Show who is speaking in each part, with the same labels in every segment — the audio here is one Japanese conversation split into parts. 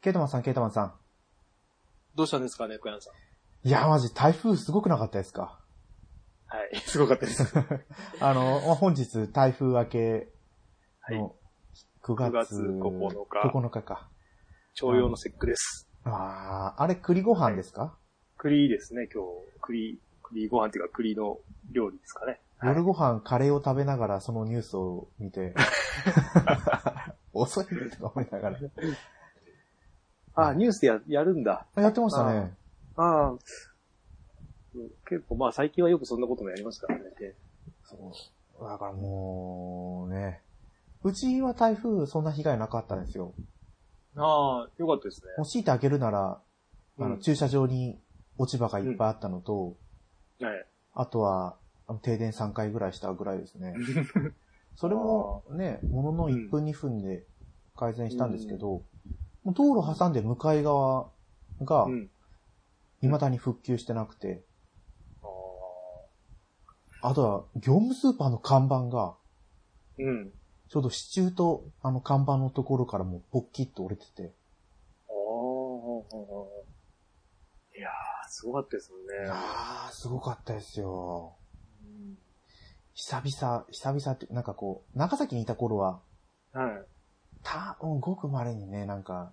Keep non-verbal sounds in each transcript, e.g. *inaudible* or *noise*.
Speaker 1: ケイトマンさん、ケイトマンさ
Speaker 2: どうしたんですかね、小山さん。
Speaker 1: ん。いや、マジ、台風すごくなかったです
Speaker 2: *laughs*
Speaker 1: か
Speaker 2: はい。すごかった *laughs* です。
Speaker 1: あの、まあ本日、台風明け
Speaker 2: は
Speaker 1: の9
Speaker 2: 9
Speaker 1: 月
Speaker 2: 月9日
Speaker 1: 9日か。
Speaker 2: 徴用の節句です。
Speaker 1: ああ、あれ栗ご飯ですか、
Speaker 2: 栗ですね、今日。栗、栗ご飯っていうか栗の料理ですかね。はい
Speaker 1: 夜ご飯カレーを食べながらそのニュースを見て、遅いねとか思いながら。
Speaker 2: *laughs* あ、ニュースでややるんだ。
Speaker 1: やってましたね。
Speaker 2: ああ。結構まあ最近はよくそんなこともやりますからね。
Speaker 1: そう。だからもう、ね。うちは台風そんな被害なかったんですよ。
Speaker 2: ああ、よかったですね。
Speaker 1: もう強いてあげるなら、あ
Speaker 2: う
Speaker 1: の、
Speaker 2: ん
Speaker 1: 駐車場に落ち葉がいっぱいあったのと、
Speaker 2: *laughs* はい。
Speaker 1: あとは、あの停電3回ぐらいしたぐらいですね。それもね、ものの1分2分で改善したんですけど、もう道路挟んで向かい側が
Speaker 2: うん。
Speaker 1: 未だに復旧してなくて、
Speaker 2: ああ。
Speaker 1: あとは業務スーパーの看板が、
Speaker 2: うん。
Speaker 1: ちょうど支柱とあの看板のところからもうポッキッと折れてて、
Speaker 2: ああ。いやー、すごかったですもん
Speaker 1: い
Speaker 2: ね
Speaker 1: や。ー、すごかったですよ。久々、久々って、なんかこう、長崎にいた頃は、
Speaker 2: はい。
Speaker 1: た、うんごく稀にね、なんか、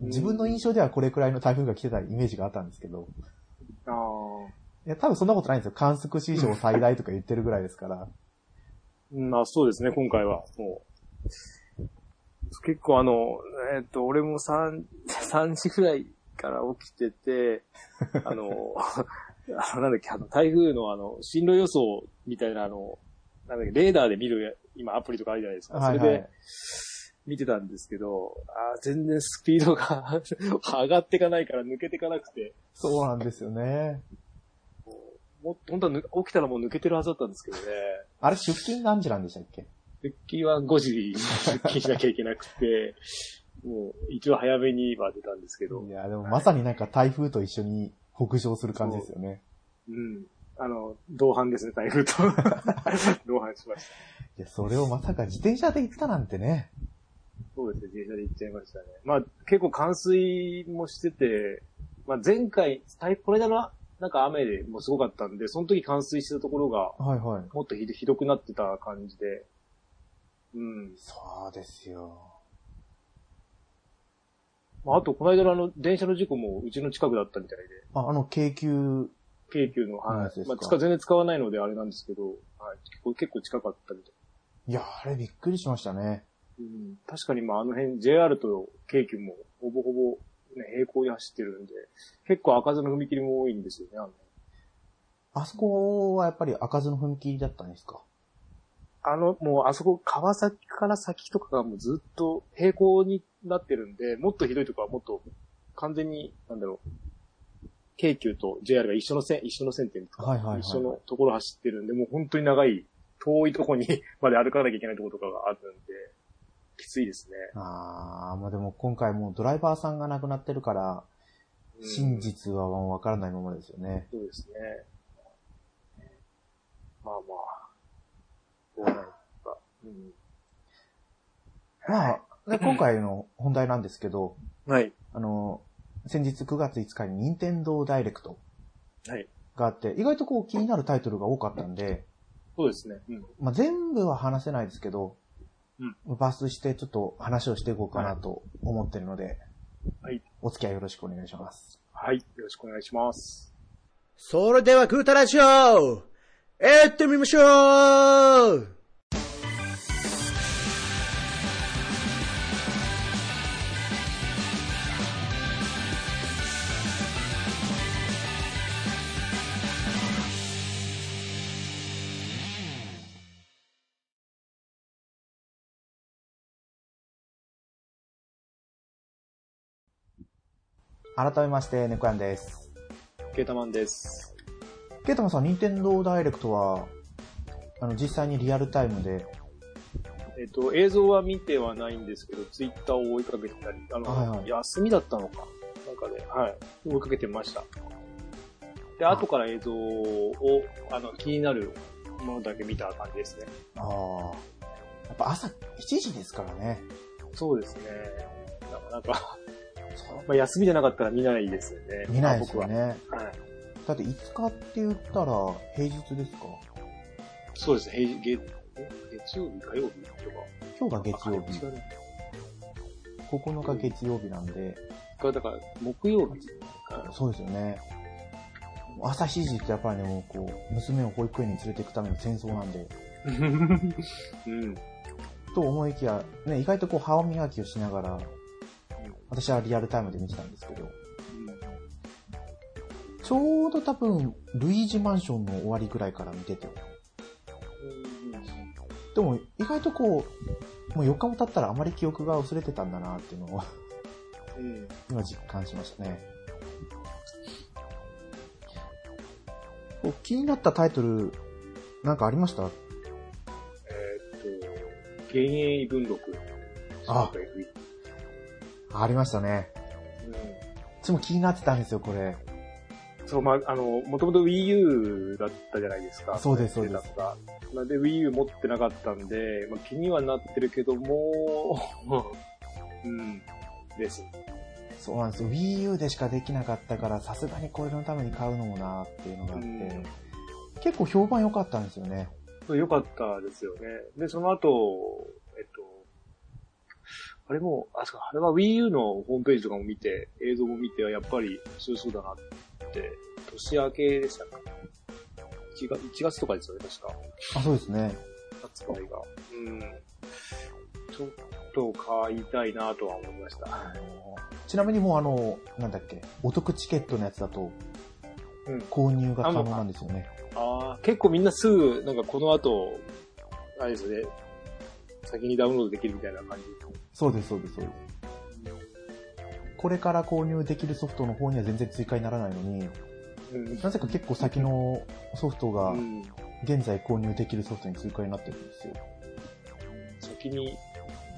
Speaker 1: 自分の印象ではこれくらいの台風が来てたイメージがあったんですけど、
Speaker 2: ああ。
Speaker 1: いや、多分そんなことないんですよ。観測史上最大とか言ってるぐらいです *laughs* から。
Speaker 2: うん、あ、そうですね、今回は、もう。結構あの、えっ、と、俺も3、3時 *laughs* ぐらいから起きて *laughs* て、あの、あのなんだっけ、あの、台風のあの、進路予想みたいなあの、なんだっけ、レーダーで見るや、今アプリとかあるじゃないですか。それで。見てたんですけど、あー全然スピードが *laughs* 上がっていかないから抜けていかなくて、
Speaker 1: そうなんですよね。
Speaker 2: もっと本当はぬ起きたらもう抜けてるはずだったんですけどね。
Speaker 1: あれ、出勤何時なんでしたっけ
Speaker 2: 出勤は5時に出勤しなきゃいけなく *laughs* て、もう一応早めには出たんですけど
Speaker 1: い、や、でもまさになんか台風と一緒に北上する感じですよね。
Speaker 2: うん。あの、同伴ですね、台 *laughs* 風と。同伴しました。
Speaker 1: いや、それをまさか自転車で行ったなんてね。
Speaker 2: そうですね、自転車で行っちゃいましたね。まあ、結構冠水もしてて、まあ前回、台これだな、なんか雨でもうすごかったんで、その時冠水してたところが、
Speaker 1: はいはい。
Speaker 2: もっとひどひどくなってた感じで、うん。
Speaker 1: そうですよ。
Speaker 2: まあ、あと、この間のあの、電車の事故もうちの近くだったみたいで、
Speaker 1: あ、あの、京急、
Speaker 2: 京急の、
Speaker 1: うん
Speaker 2: は
Speaker 1: やつで
Speaker 2: い。
Speaker 1: す
Speaker 2: ま
Speaker 1: か
Speaker 2: あ、使全然使わないのであれなんですけど、はい。結構結構近かったみたい。
Speaker 1: いや、あれびっくりしましたね。
Speaker 2: うん。確かに、まあ、あの辺、JR と京急も、ほぼほぼ、ね、平行に走ってるんで、結構開かずの踏切も多いんですよね、あの
Speaker 1: あそこはやっぱり開かずの踏切だったんですか
Speaker 2: あの、もう、あそこ、川崎から先とかがもうずっと平行になってるんで、もっとひどいとこはもっと、完全に、なんだろう、京急と JR が一緒の線、一緒の線っていうんですか、
Speaker 1: はいはいはい
Speaker 2: 一緒のところ走ってるんで、もう本当に長い、遠いとこにまで歩かなきゃいけないところとかがあるんで、きついですね。
Speaker 1: あー、まあでも今回もうドライバーさんが亡くなってるから、
Speaker 2: うん
Speaker 1: 真実はもうわからないままですよね。
Speaker 2: そうですね。まあまあ、どうなるか。うん
Speaker 1: まあ、で今回の本題なんですけど、
Speaker 2: はい。
Speaker 1: あの、先日9月5日に任天堂ダイレクト
Speaker 2: はい。
Speaker 1: があって、意外とこう気になるタイトルが多かったんで、
Speaker 2: そうですね。うん。
Speaker 1: まあ、全部は話せないですけど、
Speaker 2: うん
Speaker 1: 抜粋してちょっと話をしていこうかなと思ってるので、
Speaker 2: はい。
Speaker 1: お付き合いよろしくお願いします。
Speaker 2: はい。よろしくお願いします。
Speaker 3: それではグータラジオ行ってみましょう
Speaker 1: 改めまして、猫やんです。
Speaker 2: ケータマンです。
Speaker 1: ケイタマンさん、任天堂ダイレクトは、あの、実際にリアルタイムで、
Speaker 2: えっ、と、映像は見てはないんですけど、ツイッターを追いかけてたり、あの、
Speaker 1: はいはい
Speaker 2: 休みだったのか、なんかで、はい、追いかけてました。で、後から映像を、あの、気になるものだけ見た感じですね。
Speaker 1: ああ、やっぱ朝7時ですからね。
Speaker 2: そうですね。なんか、なんかまあ、休みじゃなかったら見ないですよね。
Speaker 1: 見ないですよね。
Speaker 2: 僕は。はい。
Speaker 1: だって5日って言ったら平日ですか
Speaker 2: そうですね。平日、月月曜日、火曜日とか。
Speaker 1: 今日が月曜日
Speaker 2: あ。違うね
Speaker 1: 9日月曜日なんで、
Speaker 2: がだから、木曜日。
Speaker 1: *laughs*
Speaker 2: あ
Speaker 1: そうですよね。朝7時ってやっぱりね、もうこう、娘を保育園に連れて行くための戦争なんで、
Speaker 2: うん。
Speaker 1: と思いきや、ね、意外とこう、歯磨きをしながら、私はリアルタイムで見てたんですけど、ちょうど多分、ルイージマンションの終わりぐらいから見てて、でも意外とこう、もう4日も経ったらあまり記憶が薄れてたんだなっていうのを *laughs*
Speaker 2: うん。
Speaker 1: 今実感しましたね。こう気になったタイトル、なんかありました
Speaker 2: えーっと、幻影文録。
Speaker 1: あ
Speaker 2: うん。
Speaker 1: ありましたね。ちも気になってたんですよ、これ。
Speaker 2: そう、まあ、あの、もともと Wii U だったじゃないですか。
Speaker 1: そうですそうです
Speaker 2: やってたのがまあで、Wii U 持ってなかったんで、まあ、気にはなってるけども、 *laughs* うん、です。
Speaker 1: そうなんですよ。Wii U でしかできなかったから、さすがにこれのために買うのもなっていうのがあって、
Speaker 2: うん
Speaker 1: 結構評判良かったんですよね。
Speaker 2: そう良かったですよね。で、その後、えっと、あれも、あ、そうか、あれは Wii U のホームページとかも見て、映像も見て、やっぱり強そうだなって、年明けでしたか ?1 月 ,1 月とかですよね、確か。
Speaker 1: あ、そうですね。
Speaker 2: 発売が。うん。ちょっと買いたいなとは思いました。
Speaker 1: ちなみにもうあの、なんだっけ、お得チケットのやつだと、
Speaker 2: うん
Speaker 1: 購入が可能なんですよね。
Speaker 2: ああ、結構みんなすぐ、なんかこの後、あれですね、先にダウンロードできるみたいな感じ。
Speaker 1: そうです、そうです、そうです。これから購入できるソフトの方には全然追加にならないのに、
Speaker 2: うん。
Speaker 1: なぜか結構先のソフトが
Speaker 2: うん、
Speaker 1: 現在購入できるソフトに追加になってるん
Speaker 2: *laughs*
Speaker 1: ですよ。
Speaker 2: 先に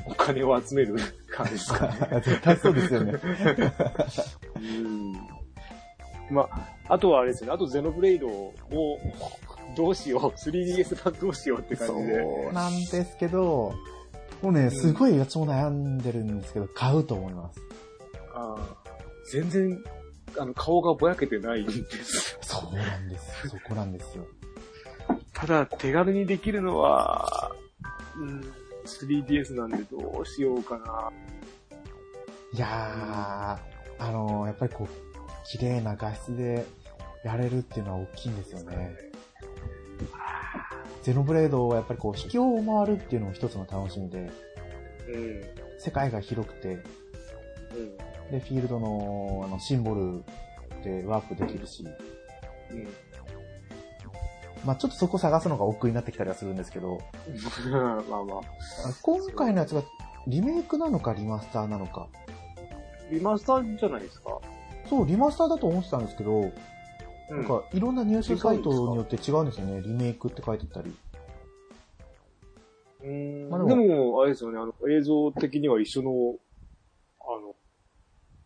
Speaker 2: お金を集
Speaker 1: *laughs*
Speaker 2: める感じですかね。
Speaker 1: 絶対そうですよね。
Speaker 2: うん。まあ、あとはあれですね、あとゼノブレイドをどうしよう、3DS 版どうしようって感
Speaker 1: そ
Speaker 2: じで。
Speaker 1: うなんですけど、もうね、すごい私も悩んでるんですけど、買うと思います。
Speaker 2: あー全然、あの、顔がぼやけて
Speaker 1: *laughs*
Speaker 2: ないんです。
Speaker 1: そうなんですよ。そこなんですよ。
Speaker 2: ただ、手軽にできるのは、うん、3DS なんでどうしようかな。
Speaker 1: いやー、あのーやっぱりこう、綺麗な画質でやれるっていうのは大きいんですよね。ゼノブレードはやっぱりこう、秘境を回るっていうのも一つの楽しみで、
Speaker 2: うん。
Speaker 1: 世界が広くて、で、フィールドのあのシンボルでワープできるし、
Speaker 2: うん。
Speaker 1: まあちょっとそこ探すのが億劫になってきたりはするんですけど、
Speaker 2: うん。ま *laughs* あまあ。
Speaker 1: あ今回のやつがリメイクなのかリマスターなのか。
Speaker 2: リマスターじゃないですか。
Speaker 1: そう、リマスターだと思ってたんですけど、
Speaker 2: な
Speaker 1: なん、かいろんな入手サイトによって違うんですよね。リメイクって書いてたり。
Speaker 2: うん。
Speaker 1: まあ
Speaker 2: で
Speaker 1: でも
Speaker 2: も、あれですよね、あの、映像的には一緒の、あの、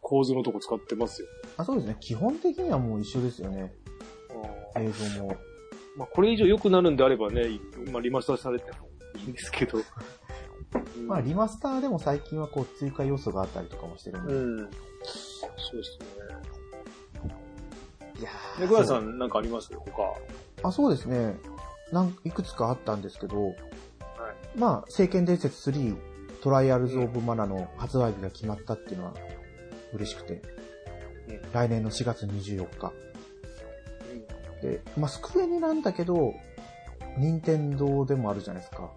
Speaker 2: 構図のとこ使ってますよ。
Speaker 1: あ、そうですね。基本的にはもう一緒ですよね。映像も。
Speaker 2: まあ、これ以上良くなるんであればね、まあ、リマスターされてもいいんですけど。うん
Speaker 1: まあ、リマスターでも最近はこう追加要素があったりとかもしてるんで。
Speaker 2: うん。そうですね。
Speaker 1: いや
Speaker 2: ネクラさんなんかあります他。
Speaker 1: あ、そうですね。なんいくつかあったんですけど、まあ、聖剣伝説3、トライアルズ・オブ・マナの発売日が決まったっていうのは嬉しくて、
Speaker 2: うん
Speaker 1: 来年の4月24日。で、まあ、スクエニなんだけど、任天堂でもあるじゃないですか。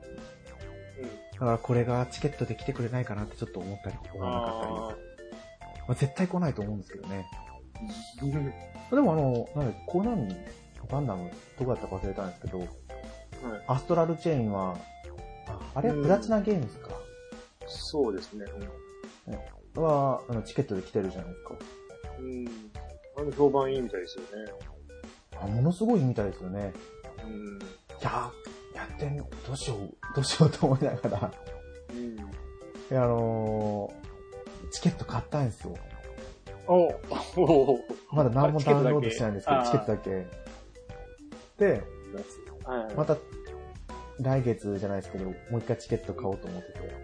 Speaker 1: だからこれがチケットで来てくれないかなってちょっと思ったり、思わなかったり。
Speaker 2: あ
Speaker 1: まあ、絶対来ないと思うんですけどね。*laughs*
Speaker 2: ー
Speaker 1: でもあの、なんだっけコナミ、ガンダム、どこだったか忘れたんですけど、アストラルチェインは、ああれはプラチナゲームズか。
Speaker 2: そうですね。
Speaker 1: は、あの、チケットで来てるじゃないですか。
Speaker 2: うん。あれも評判いいみたいですよね。
Speaker 1: あものすごいみたいですよね。
Speaker 2: うん。
Speaker 1: いやー、やってんの、どうしよう、どうしようと思いながら、
Speaker 2: うん。
Speaker 1: いやあのー、チケット買ったんですよ。
Speaker 2: おお
Speaker 1: まだ何も
Speaker 2: あチケ
Speaker 1: ダ
Speaker 2: ッ
Speaker 1: ウン
Speaker 2: トだけ
Speaker 1: ロードしてないんですけど、チケットだけ。で、
Speaker 2: はい。
Speaker 1: また、来月じゃないですけど、もう一回チケット買おうと思ってて。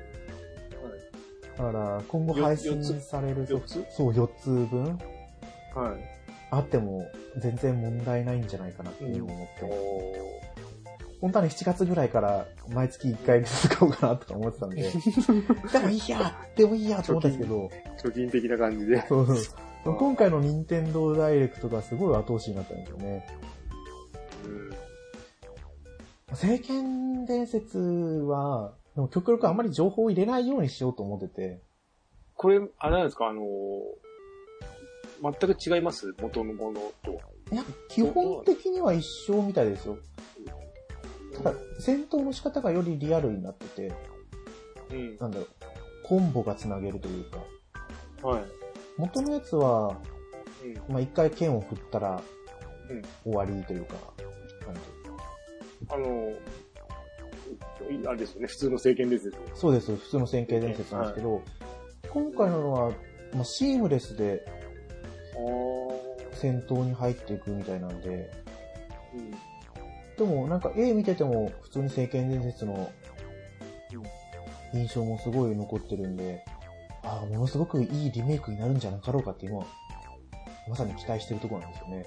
Speaker 1: だから、今後
Speaker 2: よ
Speaker 1: 配信
Speaker 2: 四つ
Speaker 1: されるソ
Speaker 2: 4
Speaker 1: フ
Speaker 2: つ
Speaker 1: ト、そう、4つ分
Speaker 2: はい。
Speaker 1: あっても全然問題ないんじゃないかなっていう思って、
Speaker 2: お
Speaker 1: 本当はね、7月ぐらいから毎月1回ずつ買おうかなとか思ってたんで、
Speaker 2: *laughs*
Speaker 1: *laughs* でもいいや、でもいいやと思ったんですけど、
Speaker 2: ー貯金的な感じで。
Speaker 1: そうそう今回の任天堂ダイレクトがすごい後押しになったんですよね。
Speaker 2: うん
Speaker 1: 聖剣伝説は、でも極力あんまり情報を入れないようにしようと思ってて、
Speaker 2: これ、あれなんですか、あのー全く違います元のものと。
Speaker 1: いや、基本的には一緒みたいですよ。ただ、戦闘の仕方がよりリアルになってて、
Speaker 2: うん。
Speaker 1: なんだろう、コンボが繋げるというか、
Speaker 2: はい。
Speaker 1: 元のやつは、
Speaker 2: うん。
Speaker 1: まあ、一回剣を振ったら
Speaker 2: うん、
Speaker 1: 終わりというか、感じ
Speaker 2: あのーいあれですよね、普通の政権ですよ。
Speaker 1: そうです、普通の線形伝説なんですけど、今回のは、まあ、シームレスで戦闘に入っていくみたいなんで、
Speaker 2: うん。
Speaker 1: でもなんか絵見てても普通に聖剣伝説の印象もすごい残ってるんで、ああ、ものすごくいいリメイクになるんじゃなかろうかって今、まさに期待してるところなんですよね。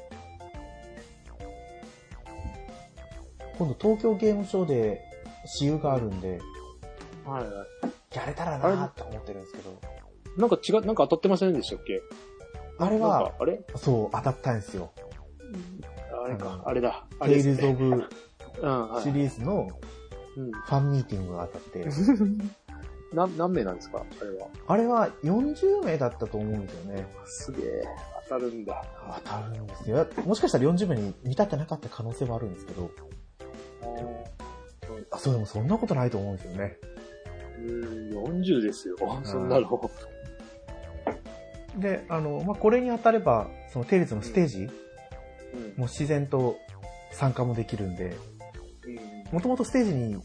Speaker 1: 今度東京ゲームショウで私有があるんで、
Speaker 2: はいは
Speaker 1: やれたらなーって思ってるんですけど、
Speaker 2: い。なんか違う、なんか当たってませんでしたっけ
Speaker 1: あれ
Speaker 2: なん
Speaker 1: は
Speaker 2: か、、あれ
Speaker 1: そう、当たったんですよ。
Speaker 2: あれ
Speaker 1: あ
Speaker 2: か、
Speaker 1: の
Speaker 2: あれだ。あ
Speaker 1: テ
Speaker 2: れ
Speaker 1: イル
Speaker 2: です *laughs*
Speaker 1: ズ・オ
Speaker 2: ね。
Speaker 1: ブ
Speaker 2: うん、は
Speaker 1: シ
Speaker 2: い。
Speaker 1: リーズの
Speaker 2: うん
Speaker 1: ファンミーティングが当たっ
Speaker 2: *laughs*
Speaker 1: て、
Speaker 2: 何、何名なんですかあれは。
Speaker 1: あれは40名だったと思うんですよね。
Speaker 2: すげえ、当たるんだ。
Speaker 1: 当たるんですよ。もしかしたら40名に見立ってなかった可能性はあるんですけど、あ、そうでもそんなことないと思うんですよね。
Speaker 2: うん、40ですよ。そんなの。
Speaker 1: で、あの、まあ、これに当たれば、そのテイルズのステージ
Speaker 2: うん
Speaker 1: も自然と参加もできるんで、もともとステージに、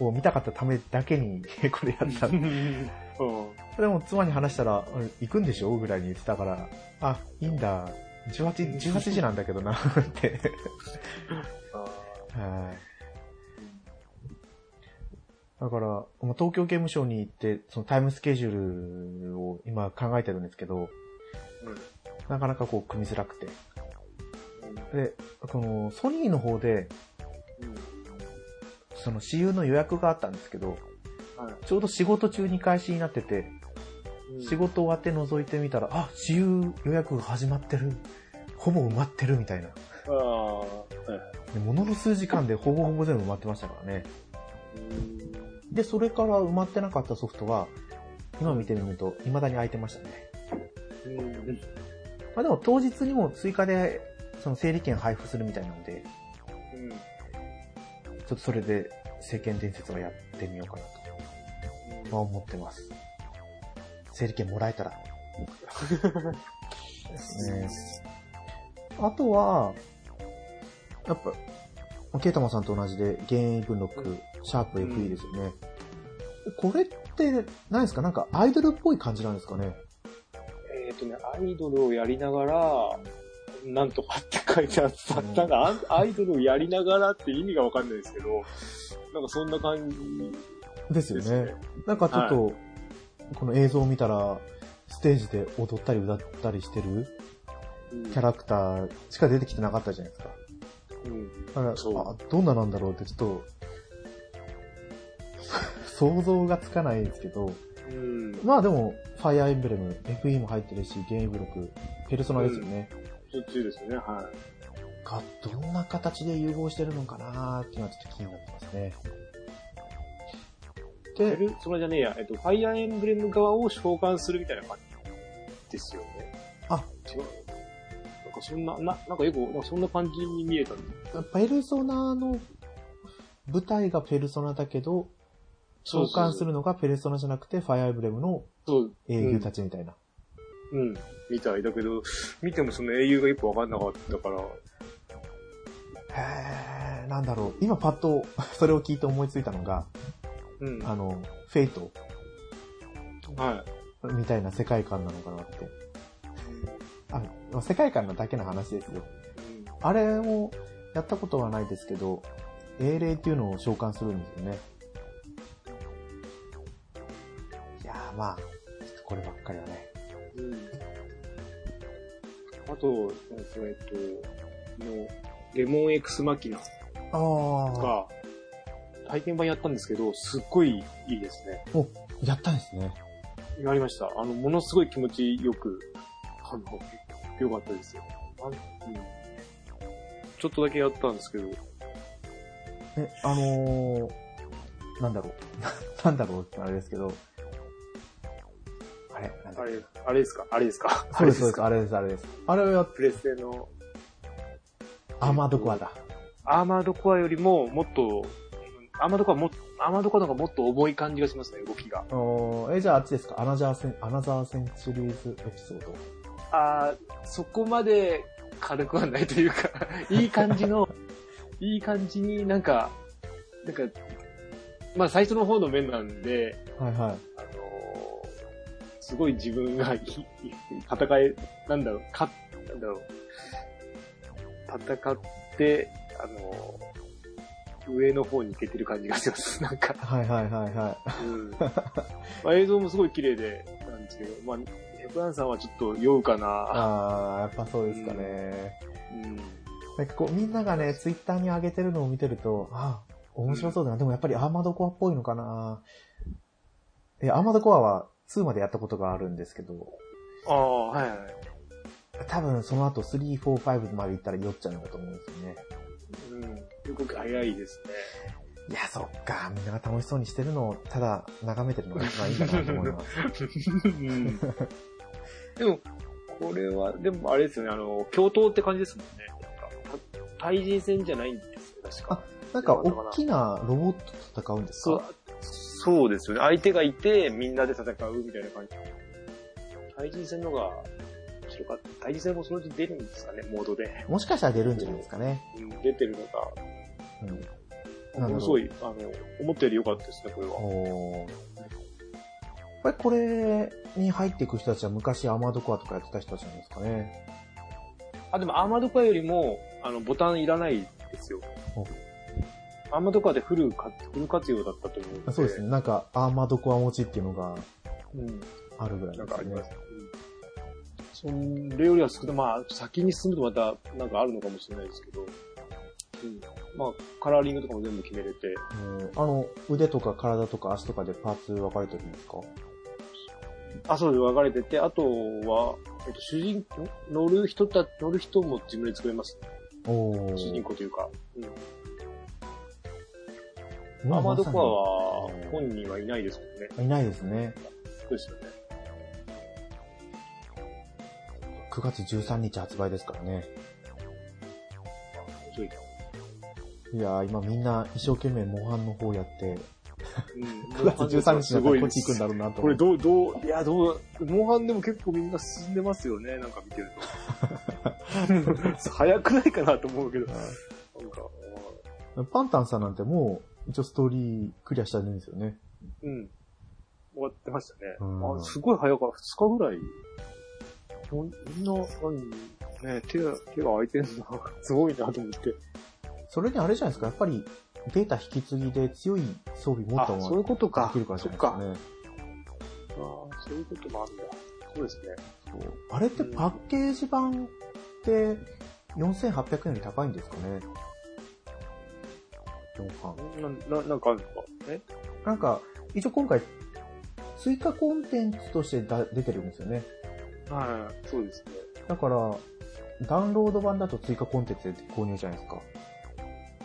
Speaker 1: を見たかったためだけにこれやった。
Speaker 2: う
Speaker 1: で
Speaker 2: ん。うん
Speaker 1: も妻に話したら、あれ行くんでしょぐらいに言ってたから、あ、いいんだ。18、18時なんだけどな、 *laughs* って。はい。だから、まあ東京刑務所に行って、そのタイムスケジュールを今考えてるんですけど、なかなかこう組みづらくて。で、このソニーの方で、その私有の予約があったんですけど、
Speaker 2: はい
Speaker 1: ちょうど仕事中に開始になってて、仕事終わって覗いてみたら、あ、私有予約が始まってる。ほぼ埋まってるみたいな。
Speaker 2: ああ、はい
Speaker 1: でものの数時間でほぼほぼ全部埋まってましたからね。で、それから埋まってなかったソフトは、今見てみると未だに空いてましたね。
Speaker 2: うん
Speaker 1: まあでも当日にも追加で、その整理券配布するみたいなんで、ちょっとそれで、聖剣伝説をやってみようかなと、まあ、思ってます。整理券もらえたら。ですね。あとは、やっぱ、ケイタマさんと同じで、原因分録、シャープ
Speaker 2: うん
Speaker 1: FE ですよね。これって、何ですかなんかアイドルっぽい感じなんですかね
Speaker 2: えっとね、アイドルをやりながら、なんとかって書いてあった。
Speaker 1: うん
Speaker 2: なんかアアイドルをやりながらって意味がわかんないですけど、なんかそんな感じ
Speaker 1: ですよ
Speaker 2: ですね
Speaker 1: ね。。なんかちょっと、この映像を見たら、ステージで踊ったり歌ったりしてる
Speaker 2: う
Speaker 1: キ
Speaker 2: ん
Speaker 1: ャラクターしか出てきてなかったじゃないですか。
Speaker 2: うん
Speaker 1: だから、
Speaker 2: そう
Speaker 1: あ、どんななんだろうってちょっと、 *laughs* 想像がつかないですけど、
Speaker 2: うん。
Speaker 1: まあでも、ファイアーエンブレム、FE も入ってるし、ゲームブロック、ペルソナですよね。
Speaker 2: そっちですね、は
Speaker 1: が、どんな形で融合してるのかなーっていうのはちょっと気になってますね。
Speaker 2: い。ペ
Speaker 1: で、
Speaker 2: ル、それじゃねえや、えっと、ファイアーエンブレム側を召喚するみたいな感じですよね。
Speaker 1: あ
Speaker 2: 違う。なんかそんな、な、なんかよく、なんかそんな感じに見えたんです
Speaker 1: ペルソナの、舞台がペルソナだけど、召喚するのがペルソナじゃなくて、ファイアーエンブレムの
Speaker 2: そう、
Speaker 1: 英雄たちみたいな。
Speaker 2: うん、みたいだけど、見てもその英雄が一歩わかんなかったから、
Speaker 1: へー、なんだろう。今パッと、 *laughs* それを聞いて思いついたのが、
Speaker 2: うん。
Speaker 1: あの、フェイト
Speaker 2: は
Speaker 1: みたいな世界観なのかなって。あまあ、世界観なだけの話ですよ。
Speaker 2: い。
Speaker 1: あれも、やったことはないですけど、英霊っていうのを召喚するんですよね。いやーまあ、こればっかりはね。
Speaker 2: うん。あと、なんかえっと、の、レモンエクスマキナ
Speaker 1: ああ。
Speaker 2: が、体験版やったんですけど、すっごいいいですね。
Speaker 1: やったんですね。
Speaker 2: やりました。あの、ものすごい気持ちよく、あの、良かったですよ。あうんちょっとだけやったんですけど、
Speaker 1: え、あのー、なんだろう。 *laughs* なんだろうってあれですけど。あれ、なんだ
Speaker 2: あ
Speaker 1: っけ
Speaker 2: れ、あれですかあれです *laughs* か
Speaker 1: そうです、そうです、
Speaker 2: か
Speaker 1: あれです、あれです。あれをやっ、
Speaker 2: プレステの
Speaker 1: アーマードコアだ。
Speaker 2: アーマードコアよりももっと、アーマードコアも、アーマードコアの方がもっと重い感じがしますね、動きが。
Speaker 1: おーえ、じゃああっちですかアナザーセン、アナザーセンチュリーズエピソード。
Speaker 2: あーそこまで軽くはないという *laughs* か、いい感じの、いい感じになんか、なんか、まあ最初の方の面なんで、
Speaker 1: はいはい。
Speaker 2: あのーすごい自分がいい戦い、なんだろう、か、なんだろう、戦って、あのー上の方に行けてる感じがします。 *laughs* なんか、
Speaker 1: はいはいはいはい。
Speaker 2: うん。 *laughs* まあ、映像もすごい綺麗で、なんですけど、まあ、ヘプランさんはちょっと酔うかな。
Speaker 1: あー、やっぱそうですかね。
Speaker 2: うん。
Speaker 1: なんかこう、みんながね、ツイッターに上げてるのを見てると、あー、面白そうだな。でもやっぱりアーマードコアっぽいのかな。え、アーマードコアは2までやったことがあるんですけど、
Speaker 2: ああ、はいはい。
Speaker 1: 多分その後3、4、5まで行ったら酔っちゃうんだと思うんですよね。
Speaker 2: うん。すごく早いです
Speaker 1: い
Speaker 2: ね。
Speaker 1: や、そっか。みんなが楽しそうにしてるのを、ただ眺めてるのが一番いいんだなと思います。
Speaker 2: うん。でも、これは、でもあれですよね、あの、共闘って感じですもんね。なんか、た対人戦じゃないんですよ、確か。
Speaker 1: なんか、大きなロボットと戦うんですか、
Speaker 2: そうですよね。相手がいて、みんなで戦うみたいな感じ。対人戦のが、白かった。対人戦もそのうち出るんですかね、モードで。
Speaker 1: もしかしたら出るんじゃないですかね。
Speaker 2: うん、出てるの
Speaker 1: うん。
Speaker 2: が、
Speaker 1: なるほ
Speaker 2: も
Speaker 1: ど
Speaker 2: のすごい、あの、思ったより良かったですね、これは。
Speaker 1: おーやっぱりこれに入っていく人たちは昔アーマードコアとかやってた人たちなんですかね。
Speaker 2: あ、でもアーマードコアよりも、あの、ボタンいらないですよ
Speaker 1: お。
Speaker 2: アーマードコアでフルかフル活用だったと思うんで。
Speaker 1: そうですね。なんか、アーマードコア持ちっていうのが
Speaker 2: うん。
Speaker 1: あるぐらい
Speaker 2: なん
Speaker 1: で
Speaker 2: かあ
Speaker 1: す
Speaker 2: り
Speaker 1: ね
Speaker 2: ま。す。うんそれよりは少ない。まあ、先に進むとまた、なんかあるのかもしれないですけど。うん。まあ、カラーリングとかも全部決めれて。
Speaker 1: うんあの、腕とか体とか足とかでパーツ分かれてるんですか
Speaker 2: あ、そうです。分かれてて、あとは、えっと、主人、ん乗る人た、乗る人も自分で作れます。
Speaker 1: おー
Speaker 2: 主人公というか。うん。
Speaker 1: ま
Speaker 2: ア
Speaker 1: あ
Speaker 2: ーマードコアは
Speaker 1: まさに、
Speaker 2: 本人はいないですもんね。
Speaker 1: いないですね。
Speaker 2: そうですよね。
Speaker 1: 9月13日発売ですからね。
Speaker 2: そうです
Speaker 1: いやー、今みんな一生懸命模範の方やって、
Speaker 2: うん
Speaker 1: 9月13日だったらこっち行くんだ
Speaker 2: ろ
Speaker 1: ろうなと
Speaker 2: こ
Speaker 1: 思
Speaker 2: れ
Speaker 1: って。
Speaker 2: どう、どう、いや、どう、モンハンでも結構みんな進んでますよね、なんか見てる
Speaker 1: *laughs*
Speaker 2: と。早くないかなと思うけど。なんか、
Speaker 1: うんパンタンさんなんてもう、一応ストーリークリアしたんですよね。
Speaker 2: うん。終わってましたね。
Speaker 1: うん
Speaker 2: あすごい早かった。2日ぐらい。こんな、何ね、手が、手が空いてんの *laughs* すごいなと思って。
Speaker 1: それにあれじゃないですか、やっぱりデータ引き継ぎで強い装備持っ
Speaker 2: あ
Speaker 1: た、
Speaker 2: そう
Speaker 1: 方
Speaker 2: いうこと
Speaker 1: が
Speaker 2: か。
Speaker 1: できるからじゃ
Speaker 2: そっ
Speaker 1: ない
Speaker 2: か。あ
Speaker 1: です
Speaker 2: ーそういうこともあるんだ。そうですね。
Speaker 1: かね。そうあれってパッケージ版って4800円より高いんですかね。どうか
Speaker 2: な、ななんかあるんですかえ
Speaker 1: なんか、一応今回、追加コンテンツとしてだ出てるんですよね。
Speaker 2: はい、そうですね。
Speaker 1: だから、ダウンロード版だと追加コンテンツで購入じゃないですか。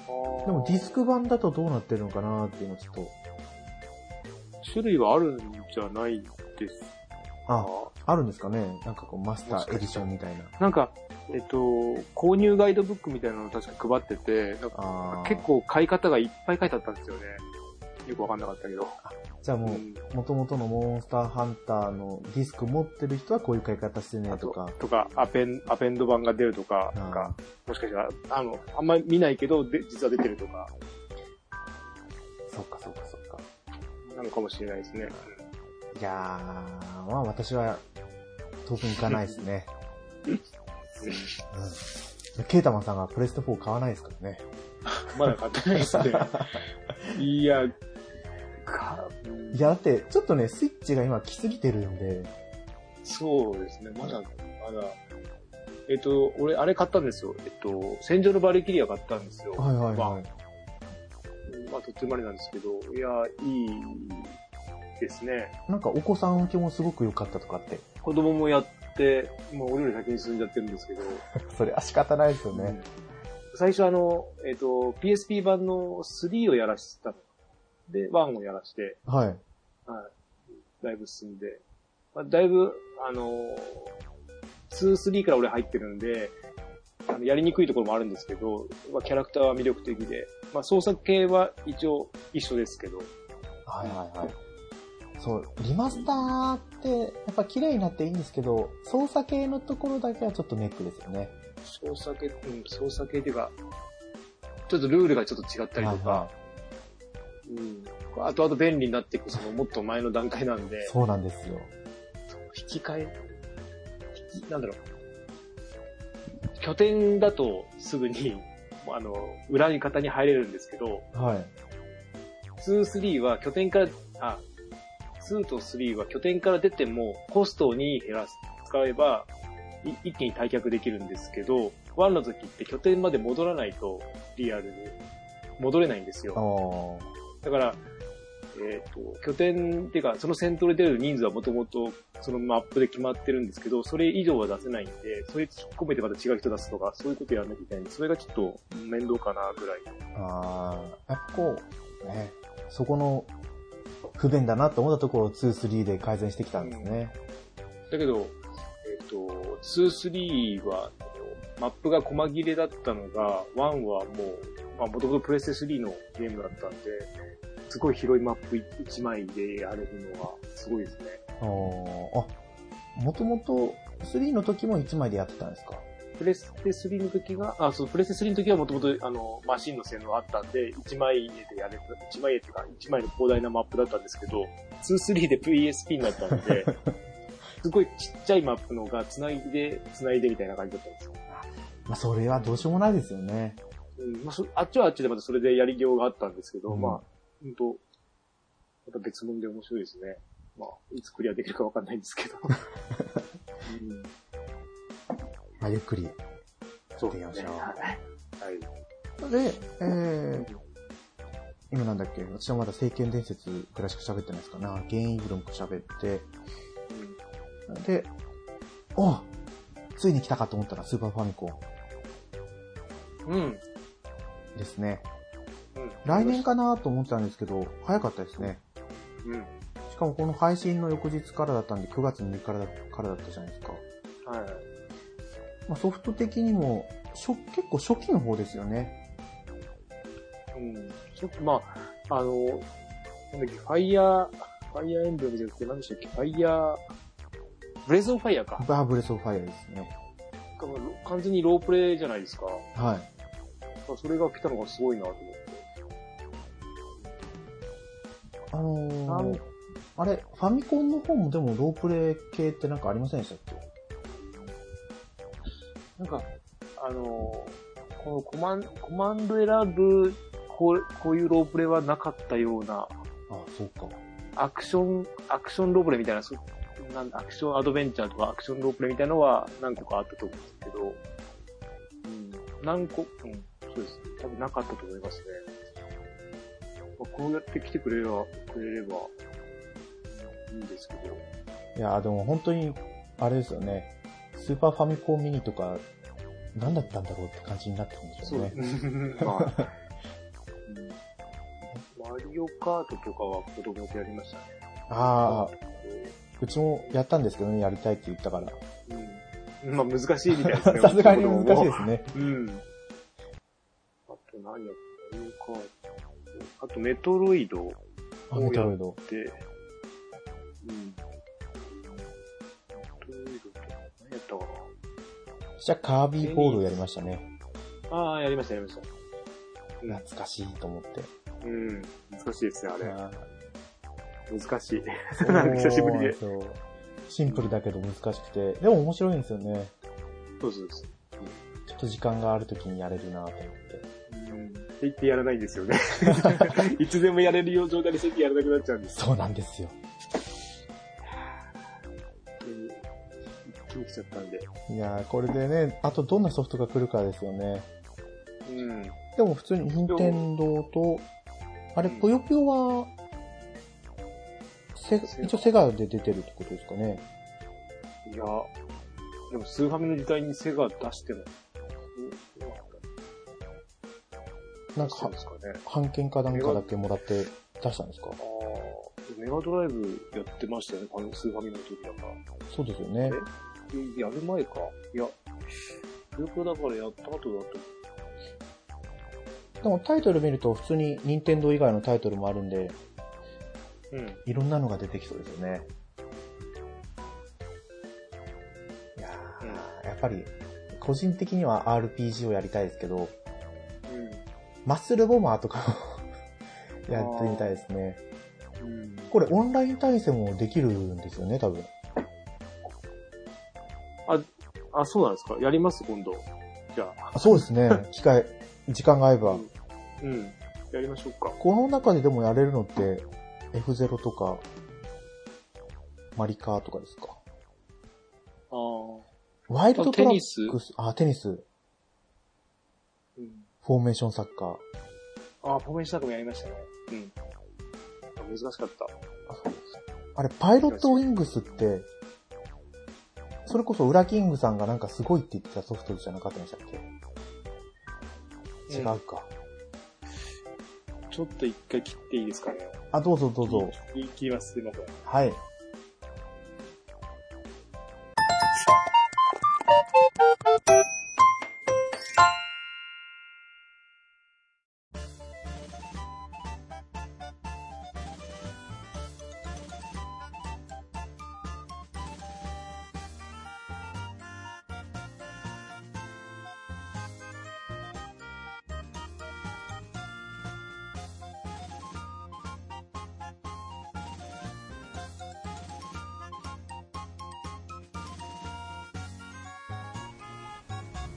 Speaker 2: で
Speaker 1: でもディスク版だとどうなってるのかなっていうのちょっと。
Speaker 2: 種類はあるんじゃないです
Speaker 1: あ
Speaker 2: か。、
Speaker 1: あるんですかねなんかこうマスターエディションみたいな。
Speaker 2: なんか、えっと、購入ガイドブックみたいなのを確か配ってて、なんか
Speaker 1: あー
Speaker 2: 結。構買い方がいっぱい書いてあったんですよね。よくわかんなかったけど。
Speaker 1: じゃあも
Speaker 2: うん
Speaker 1: う、元々のモンスターハンターのディスク持ってる人はこういう買い方してね
Speaker 2: あ
Speaker 1: と
Speaker 2: と
Speaker 1: か。
Speaker 2: とか、アペン、アペンド版が出るとか、な
Speaker 1: あ
Speaker 2: んか、もしかしたら、あの、あんまり見ないけど、で、実は出てるとか、
Speaker 1: ーそっかそっかそっか。
Speaker 2: なのかもしれないですね。
Speaker 1: いやー、まあ私は、遠くに行かないですね。うん。ケータマンさんがプレステ4買わないですから *laughs* ね。
Speaker 2: まだ買ってな
Speaker 1: *laughs*
Speaker 2: いですね。いや、か、うん
Speaker 1: いや、だって、ちょっとね、スイッチが今来すぎてるんで、
Speaker 2: そうですね、まだ、まだ。えっと、俺、あれ買ったんですよ。えっと、戦場のバリキリア買ったんですよ。
Speaker 1: はいはい
Speaker 2: まあ
Speaker 1: はい。
Speaker 2: まあ、とってもあれなんですけど、いや、いいですね。
Speaker 1: なんかお子さん受けもすごく良かったとかって。
Speaker 2: 子供もやって、もう俺より先に進んじゃってるんですけど、
Speaker 1: それは仕方ないですよ
Speaker 2: うん
Speaker 1: ね。
Speaker 2: 最初あの、えっ、と、PSP 版の3をやらせてたの。で、1をやらせて、
Speaker 1: はい。
Speaker 2: はい。だいぶ進んで。まあ、だいぶ、あのー、2、3から俺入ってるんで、あのやりにくいところもあるんですけど、まあ、キャラクターは魅力的で、まあ、創作系は一応一緒ですけど、
Speaker 1: はいはいはい。そう、リマスターって、やっぱ綺麗になっていいんですけど、操作系のところだけはちょっとネックですよね。
Speaker 2: 操作系、うん、操作系っていうか、ちょっとルールがちょっと違ったりとか、
Speaker 1: は
Speaker 2: うん。あとあと便利になっていく、そのもっと前の段階なん
Speaker 1: いは
Speaker 2: で
Speaker 1: い、、そうなんですよ。
Speaker 2: 引き換え、引き、なんだろう。拠点だとすぐに、 *laughs* あの、裏に方に入れるんですけど、
Speaker 1: はい。
Speaker 2: 2、3は拠点から、あ、2と3は拠点から出てもコストを2減らす、使えば、い一気に退却できるんですけど、1の時って拠点まで戻らないとリアルに戻れないんですよ
Speaker 1: あ。ー
Speaker 2: だから、えっ、と、拠点っていうか、その戦闘で出る人数はもともとそのマップで決まってるんですけど、それ以上は出せないんで、それ突っ込めてまた違う人出すとか、そういうことやらなきゃいけないんで、それがちょっと面倒かなぐらい。
Speaker 1: あー、やっぱこう、ね、そこの不便だなと思ったところを2、3で改善してきたんですね。
Speaker 2: だけど、えっ、と、2、3は、あのマップが細切れだったのが、1はもう、まあ、もともとプレステ3のゲームだったんで、すごい広いマップ1枚でやれるのは、すごいですね。
Speaker 1: あーあ、もともと3の時も1枚でやってたんですか
Speaker 2: プレステ3の時が、あ、そう、プレステ3の時はもともと、あの、マシンの性能あったんで、1枚絵でやれる、1枚絵っていうか、1枚の広大なマップだったんですけど、2、3で PSP になったん
Speaker 1: *laughs*
Speaker 2: で、すごいちっちゃいマップのが繋いで、繋いでみたいな感じだったんですよ。
Speaker 1: まあ、それはどうしようもないですよね。
Speaker 2: うん、まあ、そあっちはあっちでまたそれでやりようがあったんですけど、
Speaker 1: うん
Speaker 2: まあ、ほんと、また別物で面白いですね。まあ、いつクリアできるかわかんないんです
Speaker 1: *laughs*
Speaker 2: けど。うん
Speaker 1: まあ、ゆっくり。
Speaker 2: そ
Speaker 1: やってみましょう
Speaker 2: はい。
Speaker 1: で、えー、今なんだっけ私はまだ聖剣伝説クラシック喋ってないですかな。ゲインイブロンク喋って、
Speaker 2: うん
Speaker 1: で、おついに来たかと思ったらスーパーファミコン
Speaker 2: うん。
Speaker 1: ですね。
Speaker 2: うん
Speaker 1: 来年かなと思ってたんですけど、早かったですね。
Speaker 2: うん。
Speaker 1: しかもこの配信の翌日からだったんで、9月6日からだからだったじゃないですか。
Speaker 2: はい。
Speaker 1: まあ、ソフト的にも、初結構初期の方ですよね。
Speaker 2: うん。ちょっと、まあ、あの、なんだっけ、ファイヤー、ファイヤーエンブレムじゃなくて、何でしたっけ、ファイヤー、ブレイズオンファイヤーか。
Speaker 1: バーブレスオブファイアですね。
Speaker 2: 完全にロープレイじゃないですか。
Speaker 1: はい。
Speaker 2: それが来たのがすごいなと思って。
Speaker 1: あの
Speaker 2: あ
Speaker 1: ー
Speaker 2: の、
Speaker 1: あれ、ファミコンの方もでもロープレイ系ってなんかありませんでしたっけ
Speaker 2: なんか、あの、このコマン、コマンド選ぶ、こう、こういうロープレイはなかったよう
Speaker 1: あ、
Speaker 2: な、
Speaker 1: そうか。
Speaker 2: アクション、アクションロープレイみたいな、そなんアクションアドベンチャーとかアクションロープレイみたいなのは何個かあったと思うんですけど、うん、何個、うん、そうです。多分なかったと思いますね。まあ、こうやって来てくれれば、くれれば、いいんですけど。
Speaker 1: いやー、でも本当に、あれですよね。スーパーファミコンミニとか、何だったんだろうって感じになってるんでしょうね。
Speaker 2: ね。まあ、うんマリオカートとかは子供でやりましたね。
Speaker 1: ああ、うちもやったんですけどね、やりたいって言ったから。
Speaker 2: うん。まあ難しいみたいですね。
Speaker 1: *laughs* さすがに難しいですね。
Speaker 2: うん。あと何やったのか。あとメトロイドっ
Speaker 1: あ、メトロイド。
Speaker 2: て、うん。メトロイドって何やったか
Speaker 1: じゃあカービーボールをやりましたね。
Speaker 2: な。ああ、やりました、やりました。
Speaker 1: 懐かしいと思 *laughs* って。
Speaker 2: うん。難しいですね、
Speaker 1: あ
Speaker 2: あれ。難しい。
Speaker 1: ー
Speaker 2: *laughs* なんか久しぶりで。
Speaker 1: そうなんですよシンプルだけど難しくて。でも面白いんですよね。
Speaker 2: そうそうそう。
Speaker 1: ちょっと時間がある時にやれるなと思って。
Speaker 2: うん。って言ってやらないんですよ *laughs* ね。いつでもやれるよう状態にしててやらなくなっちゃうんです。
Speaker 1: そうなんですよ。
Speaker 2: 本当に起きちゃったんで。
Speaker 1: いやー、これでね、あとどんなソフトが来るかですよね。
Speaker 2: うん。
Speaker 1: でも普通に任天堂と、あれ、ぷよぷよは、せ一応セガで出てるってことですかね。
Speaker 2: いや、でもスーファミの時代にセガ出しても、
Speaker 1: なん
Speaker 2: そ
Speaker 1: か
Speaker 2: うで、すかね。
Speaker 1: 版権かなんかだけもらって出したんですか
Speaker 2: ああ、メガドライブやってましたよね、あのスーファミの時だから。
Speaker 1: そうですよね。
Speaker 2: えやる前か。いや、よくだからやった後だと。
Speaker 1: でもタイトル見ると普通に任天堂以外のタイトルもあるんで、
Speaker 2: うん。
Speaker 1: いろんなのが出てきそうですよね。いやーやっぱり、個人的には RPG をやりたいですけど、マッスルボマーとかを *laughs* やってみたいですね。
Speaker 2: うん。うん。
Speaker 1: これオンライン対戦もできるんですよね、多分。
Speaker 2: あ、そうなんですかやります今度。じゃあ。
Speaker 1: あそうですね。 *laughs* 機会、時間が合えば。
Speaker 2: うん。やりましょうか。
Speaker 1: この中ででもやれるのって、F0 とか、マリカーとかですか。
Speaker 2: あ
Speaker 1: ワイルドトラッ
Speaker 2: テ
Speaker 1: クス、あ、テニス、
Speaker 2: あ。うん。
Speaker 1: フォーメーションサッカー。
Speaker 2: ああ、フォーメーションタックもやりましたね。うん。難しかった。
Speaker 1: あそうですあれ、パイロットウィングスって、それこそウラキングさんがなんかすごいって言ってたソフトじゃなかったんでしたっけ違うか。
Speaker 2: ちょっと一回切っていいですかね。
Speaker 1: あ、どうぞどうぞ。
Speaker 2: 切り切ります。すいません。
Speaker 1: はい。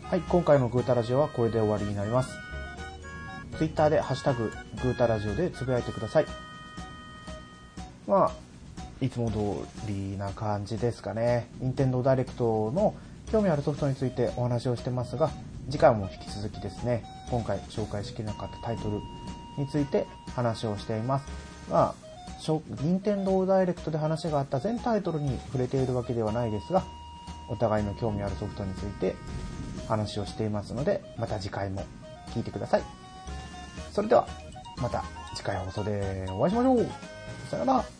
Speaker 1: はい、今回のグータラジオはこれで終わりになります。ツイッターでハッシュタグ、グータラジオでつぶやいてください。まあ、いつも通りな感じですかね。任天堂ダイレクトの興味あるソフトについてお話をしてますが、次回も引き続きですね、今回紹介しきれなかったタイトルについて話をしています。まあ、しょ任天堂ダイレクトで話があった全タイトルに触れているわけではないですが、お互いの興味あるソフトについて話をしていますので、また次回も聞いてください。それでは、また次回放送でお会いしましょう。さよなら。